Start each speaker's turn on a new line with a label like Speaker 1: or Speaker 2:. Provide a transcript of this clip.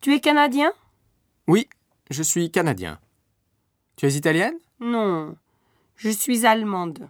Speaker 1: Tu es canadien
Speaker 2: Oui, je suis canadien. Tu es italienne
Speaker 1: Non, je suis allemande.